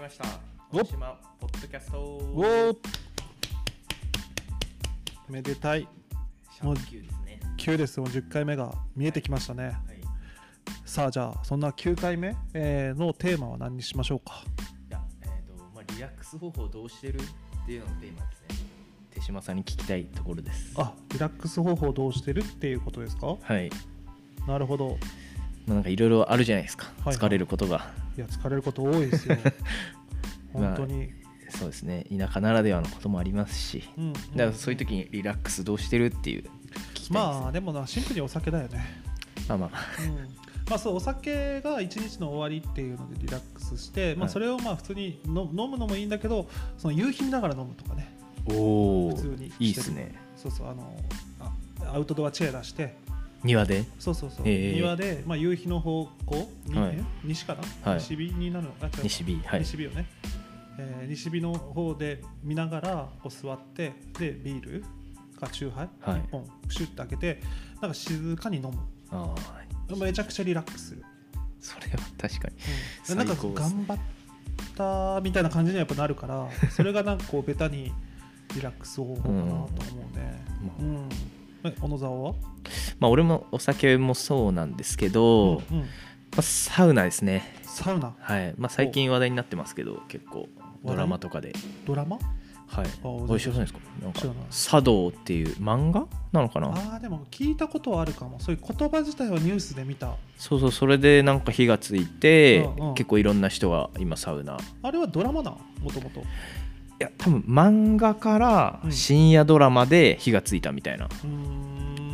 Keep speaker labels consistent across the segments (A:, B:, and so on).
A: ました
B: お
A: 大島ポッドキャスト
B: おーめでたい
A: シャープ9ですね
B: 9ですよ10回目が見えてきましたね、
A: はいい
B: さあじゃあそんな9回目、えーのテーマは何にしましょうか
A: やえっ、とまあリラックス方法をどうしてるっていうのがテーマですね手島さんに聞きたいところです
B: あリラックス方法どうしてるっていうことですか
A: はい
B: なるほど
A: まあなんかいろいろあるじゃないですか、
B: いはい
A: 疲れることが
B: いや疲れること多 いですよ本当に、
A: そうですね田舎ならではのこともありますし
B: うんうん
A: だからそういう時にリラックスどうしてるっていう聞きたいです、ね、
B: まあでもなシンプルにお酒だよ ね、
A: まあまあまあ
B: うんまあ、そうお酒が一日の終わりっていうのでリラックスして、ま
A: は
B: あ、
A: い
B: それをまあ普通にの飲むのもいいんだけどその夕日見ながら飲むとかね
A: おお
B: 普通に
A: いいですね
B: そうそうあのあアウトドアチェア出して
A: 庭で
B: そうそうそう、
A: ええ
B: 庭で、まあ、夕日の方向に、
A: はい
B: え西かな、
A: はい
B: 西日になるのあ違う
A: 西日はい
B: 西日よね、えー西日の方で見ながらこう座ってでビールかチューハイ、
A: はい
B: 1本シュッて開けてなんか静かに飲む
A: ああ
B: めちゃくちゃリラックスする、
A: それは確かに
B: うんなんか
A: 最高ですね
B: 頑張ったみたいな感じにはやっぱなるからそれがなんかこうベタにリラックス方法かなと思うね、
A: う
B: うんんえ小野沢は
A: まあ俺もお酒もそうなんですけど、
B: うんうん
A: まあ、サウナですね
B: サウナ
A: はいまあ最近話題になってますけど結構
B: 題
A: ドラマとかで
B: ドラマ
A: はい
B: あ
A: おい知らないですかなんか
B: 知らない
A: 茶道っていう漫画なのかな
B: ああでも聞いたことはあるかもそういう言葉自体はニュースで見た
A: そうそうそれでなんか火がついて、
B: うんうん
A: 結構いろんな人が今サウナい
B: あれはドラマなんもともと
A: や多分漫画から
B: うん
A: 深夜ドラマで火がついたみたいな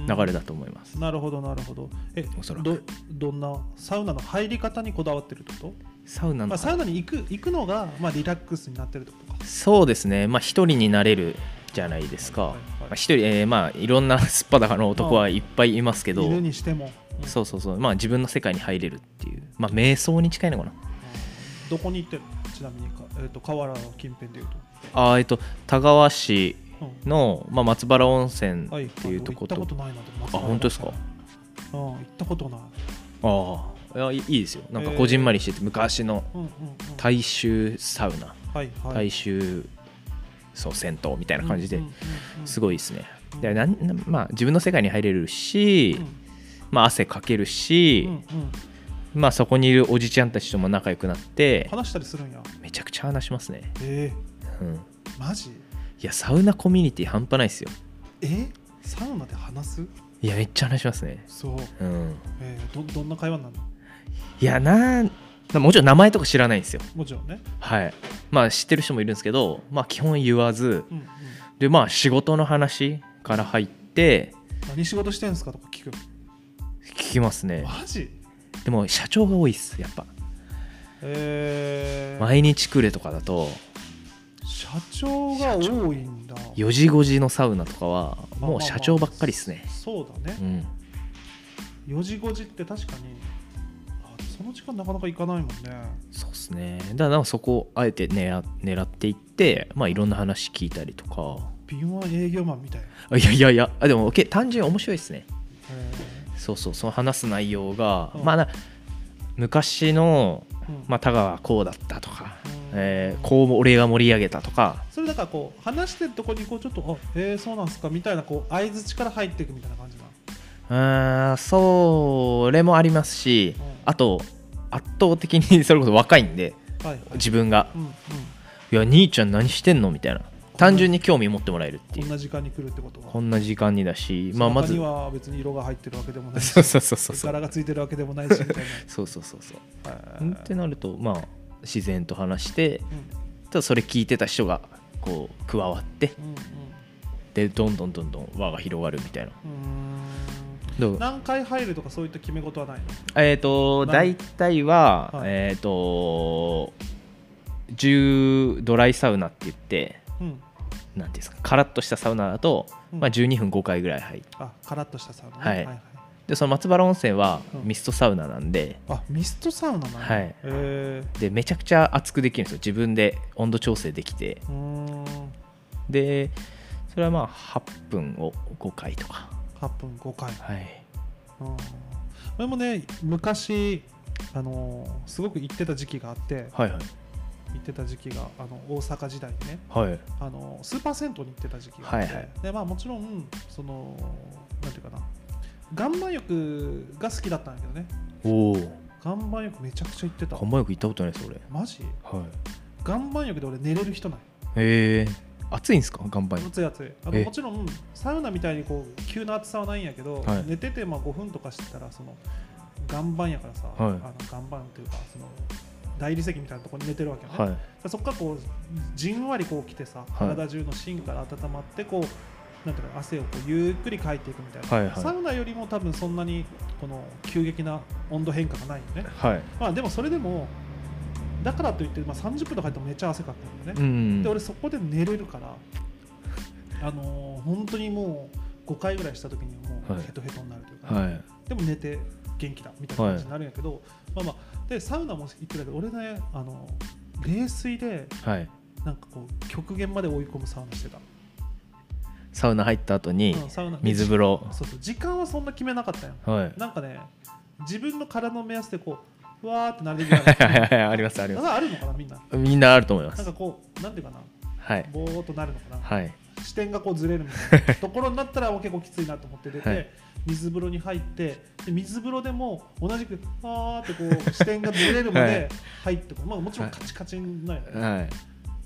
A: 流
B: 流
A: れだと思います、
B: なるほどなるほどえ
A: おそらく
B: どどんなサウナの入り方にこだわってるってこ
A: サウナ
B: と、ま
A: の
B: あ、サウナに行く行くのが、まあ、リラックスになってるってことか
A: そうですねまあ一人になれるじゃないですか
B: はいはい
A: まあ一人、えーまあいろんな すっぱだかの男はいっぱいいますけど
B: 犬にしても、うん
A: そうそうそうまあ自分の世界に入れるっていうまあ瞑想に近いのかな
B: うんどこに行ってるちなみにか、えー、と河原の近辺でいうと、
A: あーえっと田川市
B: うん
A: の、まあ、松原温泉
B: は
A: っていうとこ
B: 行
A: と、
B: ったことないなでも
A: あ本当ですか
B: うん行ったことない、
A: ああいやいいいいですよなんかこじんまりしてて、昔の
B: うんうんうん、
A: 大衆サウナ
B: はいはい
A: 大衆そう銭湯みたいな感じで、
B: うんうんうん
A: す
B: い、
A: ごいですね
B: うん
A: でなんなんまあ、自分の世界に入れるし、まあ、汗かけるし、
B: うんうんうん
A: まあ、そこにいるおじちゃんたちとも仲良くなって
B: 話したりするんや
A: めちゃくちゃ話しますね、
B: え
A: うん、い
B: ー、マジ
A: やサウナコミュニティ半端ないですよ
B: えサウナで話す
A: いやめっちゃ話しますね、
B: そう、
A: うん、
B: えー、どどんな会話なの
A: いやなんもちろん名前とか知らないんですよ
B: もちろんね、
A: はいまあ知ってる人もいるんですけど、まあ、基本言わず
B: うんうん、
A: でまあ仕事の話から入って
B: 何仕事してんすかとか聞く
A: 聞きますね
B: マジ
A: でも社長が多いっすやっぱ
B: えー、
A: 毎日来れとかだと
B: 社長が多いんだ
A: 4時5時のサウナとかはもう社長ばっかりっすね
B: そうだね
A: うん
B: 4時5時って確かにあその時間なかなか行かないもんね
A: そうっすねだからなんかそこをあえて狙狙っていってまあいろんな話聞いたりとか
B: 敏腕営業マンみたいな、
A: あいやいやいやあでもけ単純に面白いっすね
B: え
A: そうそうその話す内容が、
B: うん
A: まあな昔の、
B: ーうん
A: まあ、田川はこうだったとか、
B: うん
A: えーこう俺が盛り上げたとか
B: それだからこう話してるとこにこうちょっと「あえー、そうなんすか」みたいなこう相づちから入っていくみたいな感じなの
A: うーんそれもありますし、
B: うん
A: あと圧倒的に それこそ若いんで
B: はいはい
A: 自分が
B: うんうん
A: 「いや兄ちゃん何してんの?」みたいな単純に興味持ってもらえるって
B: こ
A: い
B: ん
A: う
B: な時間に来るってことは
A: こんな時間にだし、まあ、ま
B: 中
A: ず
B: には別に色が入ってるわけでもないし
A: そうそうそうそうそう
B: 柄がついてるわけでもないしみたい
A: そうそうそうそう
B: な
A: う
B: はい
A: んってなるとまあ自然と話して
B: う
A: ただそれ聞いてた人がこう加わって
B: んうん
A: でどんどんどんどん輪が広がるみたいな
B: うん
A: ど
B: うーん
A: う
B: 何回入るとかそういった決め事はないの
A: えっ、と
B: な
A: 大体は、
B: はい
A: えっ、と10ドライサウナって言って
B: うん
A: なんていうんですかカラッとしたサウナだと、
B: うん
A: まあ、12分5回ぐらい入って
B: あカラッとしたサウナね
A: はい
B: はい
A: でその松原温泉は
B: うん
A: ミストサウナなんで、
B: あミストサウナなんだ
A: はい
B: え
A: でめちゃくちゃ熱くできるんですよ自分で温度調整できて
B: ーうーん
A: でそれはまあ8分を5回とか
B: 8分5回
A: はい
B: うん俺もね昔あのーすごく行ってた時期があって
A: はいはい
B: 行ってた時期があの大阪時代にね
A: はい
B: あのスーパー銭湯に行ってた時期があって、
A: はいはい
B: でまあ、もちろんそのなんていうかな岩盤浴が好きだったんだけどね
A: おお
B: 岩盤浴めちゃくちゃ行ってた
A: 看板浴行ったことないです俺
B: マジ
A: はい
B: 岩盤浴で俺寝れる人ない
A: ええ暑いんですか岩盤浴
B: 熱い熱いあの
A: え
B: もちろんサウナみたいにこう急な暑さはないんやけど、
A: はい
B: 寝ててまあ5分とかしてたらその岩盤やからさ、
A: い
B: あの岩盤というかその大理石みたいなところに寝てるわけよね、
A: はい
B: でそこからこうじんわりこう来てさ体中の芯から温まってこうなんていうか汗をこうゆっくりかいていくみたいな、
A: はいはい
B: サウナよりも多分そんなにこの急激な温度変化がないよね、
A: はい
B: まあ、でもそれでもだからといって、まあ、30分とか入ってもめっちゃ汗かくんだよね、
A: うん
B: で俺そこで寝れるから、 あのー本当にもう5回ぐらいした時にもう
A: はい
B: ヘトヘトになるというか、
A: はい
B: でも寝て元気だみたいな感じになるんやけど、まあまあでサウナも行ってたけど俺ね、あの冷水で
A: はい
B: なんかこう極限まで追い込むサウナしてた、
A: サウナ入った後に
B: うんサウナ
A: 水風呂
B: そうそう時間はそんな決めなかったよ
A: はい
B: なんかね自分の体の目安でこううわーってなるぐらい
A: はいはい はいありますありま
B: ああるのかなみんな
A: すみんなあると思いま
B: な
A: す
B: んかこうなんていうかな
A: はい
B: ぼーっとなるのかな、
A: はい
B: 視点がこうずれるみ たいなところになったらもう結構きついなと思って出て、
A: はい
B: 水風呂に入ってで水風呂でも同じくあーってこう視点がずれるまで入ってこう、まあ、もちろんカチカチになるよね、
A: はい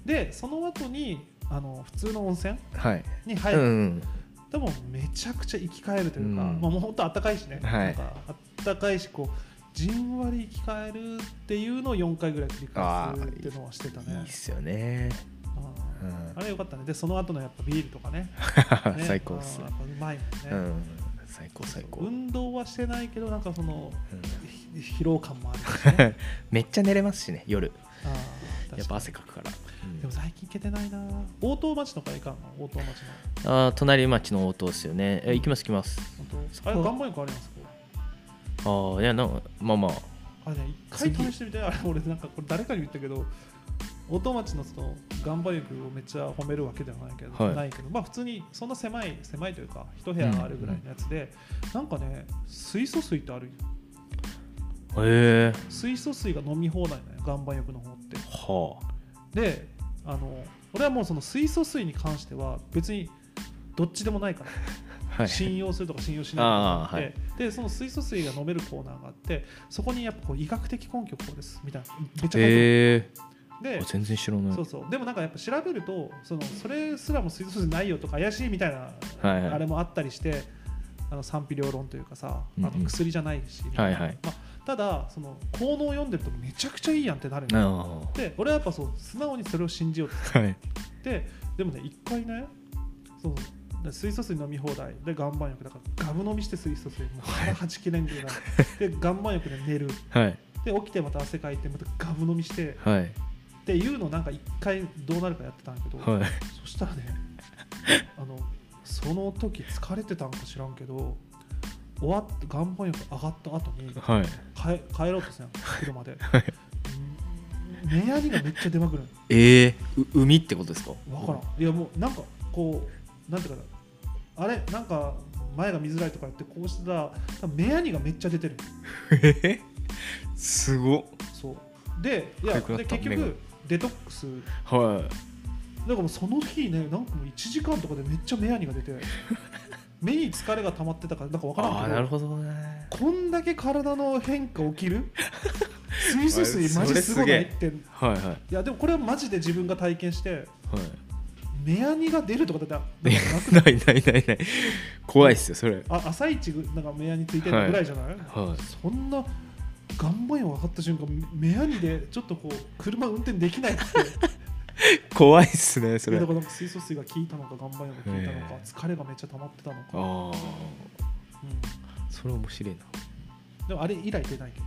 B: でその後にあの普通の温泉
A: はい
B: に入
A: う
B: る、
A: ん
B: でもめちゃくちゃ生き返るというか、
A: うん
B: まあ、もう本当あったかいしね、
A: はい
B: なんかあったかいしこうじんわり生き返るっていうのを4回ぐらい繰り返すっていうのはしてた
A: いい
B: ね
A: っ。すよね
B: うん
A: う
B: あれよかったね。で、その後のやっぱビールとかね。
A: ん
B: ね
A: 最高っす
B: あー
A: ね
B: やっぱうまいもんね。
A: うん最高最高
B: 運動はしてないけどなんかその
A: うん
B: ひ疲労感もあ るし、ね、
A: めっちゃ寝れますしね夜
B: あー確かに
A: やっぱ汗かくからうん
B: でも最近行けてないな大東町とか行かんの大東町の
A: あー隣町の応答ですよねえ行きます行きます
B: 本
A: そこ
B: 当あ
A: は
B: れ岩盤浴ありますか
A: ああいやなんかまあまあ
B: あれね一回試してみてあれ俺なんかこれ誰かにも言ったけど大東町のその岩盤浴をめっちゃ褒めるわけではないけど、
A: はい
B: ないけどまあ普通にそんな狭い狭いというか一部屋あるぐらいのやつで、なんかね水素水ってあるよ
A: へえ
B: 水素水が飲み放題なのよ岩盤浴の方って
A: は
B: であの俺はもうその水素水に関しては別にどっちでもないから、
A: あはい
B: 信用するとか信用しないとかあって
A: あ
B: でその水素水が飲めるコーナーがあってそこにやっぱこう医学的根拠こうですみたいなめっちゃ書いて
A: へ
B: ある
A: え
B: で
A: 全然知らない
B: そうそうでもなんかやっぱ調べるとそのそれすらも水素水ないよとか怪しいみたいな
A: はいはい
B: あれもあったりして、あの賛否両論というかさあの
A: うんうん
B: 薬じゃないし、
A: はいはい
B: まあ、ただその効能を読んでるとめちゃくちゃいいやんってなるのよ
A: あ
B: で俺はやっぱそう素直にそれを信じようと
A: あはい
B: ででもね一回ねそうで水素水飲み放題で岩盤浴だからガブ飲みして水素水もう腹はちきれんぐらいで岩盤浴で寝る
A: はい
B: で起きてまた汗かいてまたガブ飲みして
A: はい
B: っていうのをなんか一回どうなるかやってたんやけど、
A: はい
B: そしたらねあのその時疲れてたんか知らんけど終わって岩盤浴上がった後 に
A: はい
B: 帰帰ろうとするやん車で、うん目やりがめっちゃ出まくるの
A: ええう海ってことですか
B: わからんいやもうなんかこうなんていうかなあれなんか前が見づらいとか言ってこうしてたら多分目やにがめっちゃ出てる
A: えー すごっ
B: そうでいや
A: 痒くな
B: で
A: った
B: 結
A: 目が
B: 局デトックス
A: は
B: だからもうその日ねなんかもう1時間とかでめっちゃ目やにが出て目に疲れが溜まってたからなんかわ
A: い
B: からんけ
A: あ
B: ど
A: あなるほどね
B: こんだけ体の変化起き る水素水マジすごないってい
A: はいはいはい
B: やでもこれはマジで自分が体験して目やにが出ると かだってなく
A: ないないないない怖いっすよそれ
B: あ朝一ぐなんか目やについてるぐらいじゃない、
A: は
B: そんな岩盤浴上がった瞬間目やにでちょっとこう車運転できない って
A: い怖いっすねそ
B: いや
A: れ
B: だ
A: あ
B: からなんか水素水が効いたのか岩盤浴が効いたのか
A: へえ
B: 疲れがめっちゃ溜まってたのか、
A: あ
B: う、
A: それ面白いなん
B: でもあれ以来出ないけど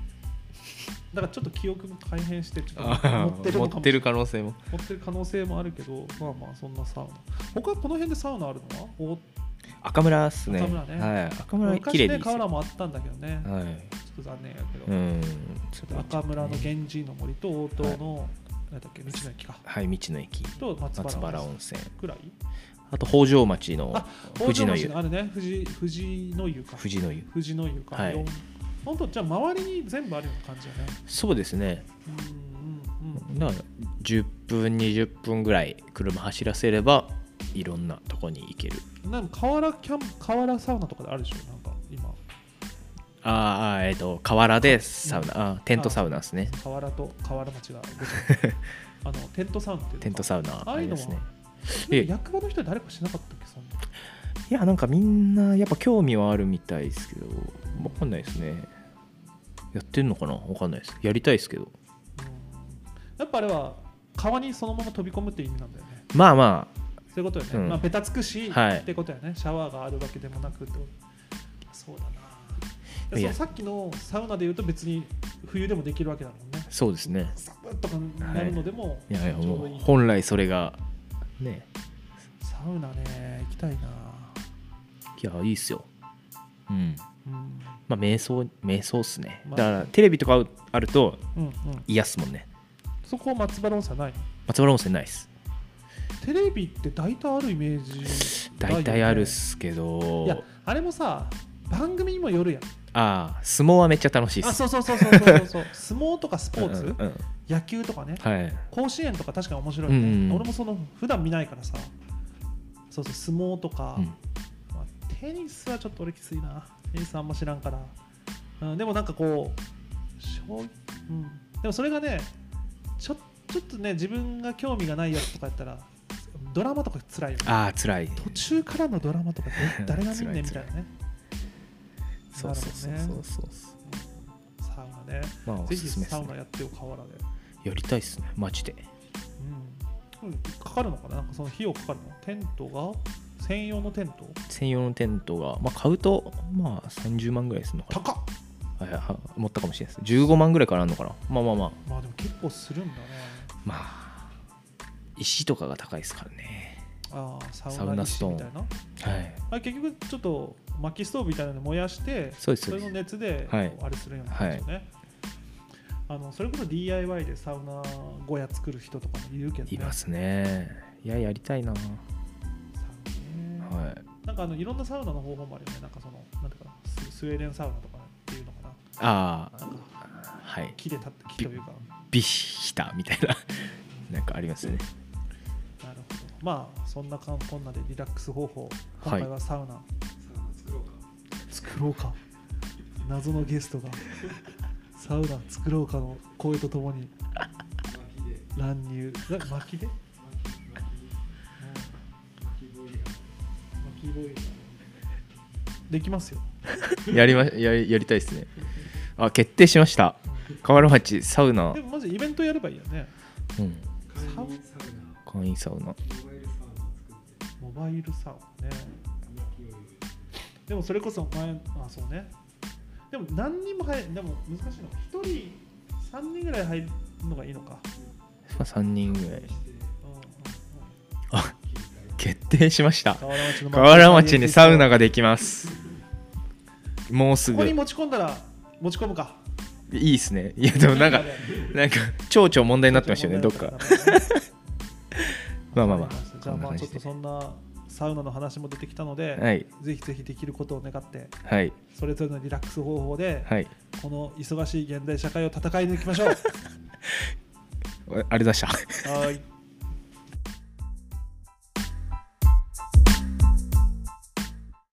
B: だからちょっと記憶も改変してちょっと
A: あ
B: 持って
A: ー
B: る
A: 持
B: のか
A: っ
B: も
A: てる可能性も
B: 持ってる可能性もあるけどまあまあそんなサウナ他この辺でサウナあるのはお
A: 赤村っすね
B: 赤村ね
A: はい赤村綺麗
B: 昔
A: でい
B: ね
A: いっすよ
B: 河原もあったんだけどねちょ
A: はい
B: っと残念やけど、
A: うん
B: 赤村の源氏の森と大東の、なんだっけ道の駅か
A: はい道の駅
B: と松
A: 松
B: 原
A: 原
B: 温
A: 温
B: 泉
A: 泉
B: くらい
A: あと北条町の
B: あ
A: 富士の湯
B: 北条町あるね富士富士の湯か
A: 富士の湯
B: 富士の湯か、
A: はい
B: 四本当じゃあ周りに全部あるような感じだね
A: そうですね
B: うんうんうん
A: だから10分20分ぐらい車走らせればいろんなとこに行ける
B: なんか河原キャンプ河原サウナとかであるでしょなんか今
A: あーあーえっ、と河原でサウナあーテントサウナですね
B: 河原と河原町が あのテントサウナっていうのか
A: テントサウナ
B: あ
A: あ
B: あ
A: れ
B: いうの
A: で
B: は
A: すね
B: なんか役場の人は誰かしなかったっけそんない
A: やなんかみんなやっぱ興味はあるみたいですけどわかんないですねやってんのかなわかんないですやりたいですけど
B: やっぱあれは川にそのまま飛び込むって意味なんだよね
A: まあまあ
B: そういうことよね、
A: うん
B: まあベタつくし、
A: はい
B: ってことよねシャワーがあるわけでもなくとそうだなで
A: い
B: そ
A: や
B: のさっきのサウナで言うと別に冬でもできるわけだもんね
A: そうですね
B: 寒っとかなるのでも
A: い
B: ちょ
A: やいや
B: うど
A: も
B: いいう
A: 本来それがね
B: サウナね行きたいな、
A: いやいいっすようん
B: うん、
A: まあ瞑想瞑想っすね
B: まあ
A: だからテレビとかあると
B: うんうん
A: 癒すもんね
B: そこは松原温泉ない
A: 松原温泉ないっす
B: テレビって大体あるイメージだよ
A: 大
B: ね
A: 体あるっすけど、
B: いやあれもさ番組にもよるやん
A: ああ相撲はめっちゃ楽しいっす
B: あそうそうそうそうそ うそう相撲とかスポーツ、
A: うんうんうん
B: 野球とかね
A: はい
B: 甲子園とか確かに面白いね、
A: うんうん
B: 俺もその普段見ないからさそうそう相撲とか、
A: うん
B: まあテニスはちょっと俺きついなテニスあんま知らんから、うん、でもなんかこう将棋、うん、でもそれがねちょちょっとね自分が興味がないやつとかやったらドラマとか辛いよね
A: ああ辛い
B: 途中からのドラマ とかえ誰が見んねんみたいなね
A: そうそうそう
B: なる
A: そ
B: もんね
A: うそう
B: サウナね
A: まあお
B: ぜ
A: す
B: ひ
A: すめっす
B: サウ
A: ね
B: ナやってよ河原で、
A: やりたいっすねマジで
B: うん、かかるのかななんかその費用かかるのテントが専用のテント
A: 専用のテントが、まあ、買うとまあ30万ぐらいするのか
B: 高っ
A: なあいや持ったかもしれないです15万ぐらいからあるのかなまあまあまあ
B: まあでも結構するんだね
A: まあ石とかが高いですからね
B: ああサ
A: サ
B: ウ
A: ウ
B: ナ
A: ナ
B: 石
A: ストーン
B: みたいな
A: はい
B: あれ結局ちょっと薪ストーブみたいなの燃やして
A: そうですそう
B: れ
A: です
B: の熱でこ
A: はいう
B: あれするような感じよね、あのそれこそ DIY でサウナ小屋作る人とかもいるけどね
A: いますねいややりたいなは
B: サウナね
A: い
B: なんかあのいろんなサウナの方法もあるよね。なんかその、なんていうかなス、スウェーデンサウナとかっていうのかな。
A: あ
B: なんか
A: あはい
B: 木で立って、木というか。
A: ビヒタみたいな なんかありますよね
B: なるほど。まあ、そんなかんこんなでリラックス方法。今
A: はい
B: 回はサウナ。作ろうか。謎のゲストが。サウナ作ろうかの声とともに。乱入。な巻きで。巻きボイラー。できますよ。
A: やりまやりやりたいですねあ決定しました河原町サウナ
B: で、もまずイベントやればいいよね。
A: うん、
B: サウ
A: 簡易サウナ
B: モバイルサウナねでもそれこそ前あそうねでも何人も入るでも難しいの1人3人ぐらい入るのがいいのか、
A: まあ3人ぐらい
B: うんうんうん、
A: 決定しました
B: 河原町の
A: 河原町にサウナ
B: が
A: ができますもうすぐ
B: ここに
A: い
B: 持ち込んだら持ち込むか
A: いですねいやでもなんかなんか町長問題になってましたよねどっかまあまあまあ
B: じゃあ ま
A: こんな感
B: あち
A: じ
B: ょっ
A: で
B: とそんなサウナの話も出てきたので、
A: はい
B: ぜひぜひできることを願って
A: はい
B: それぞれのリラックス方法で、
A: はい
B: この 忙しい現代社会を戦い抜きましょう
A: あありがとうございました
B: はい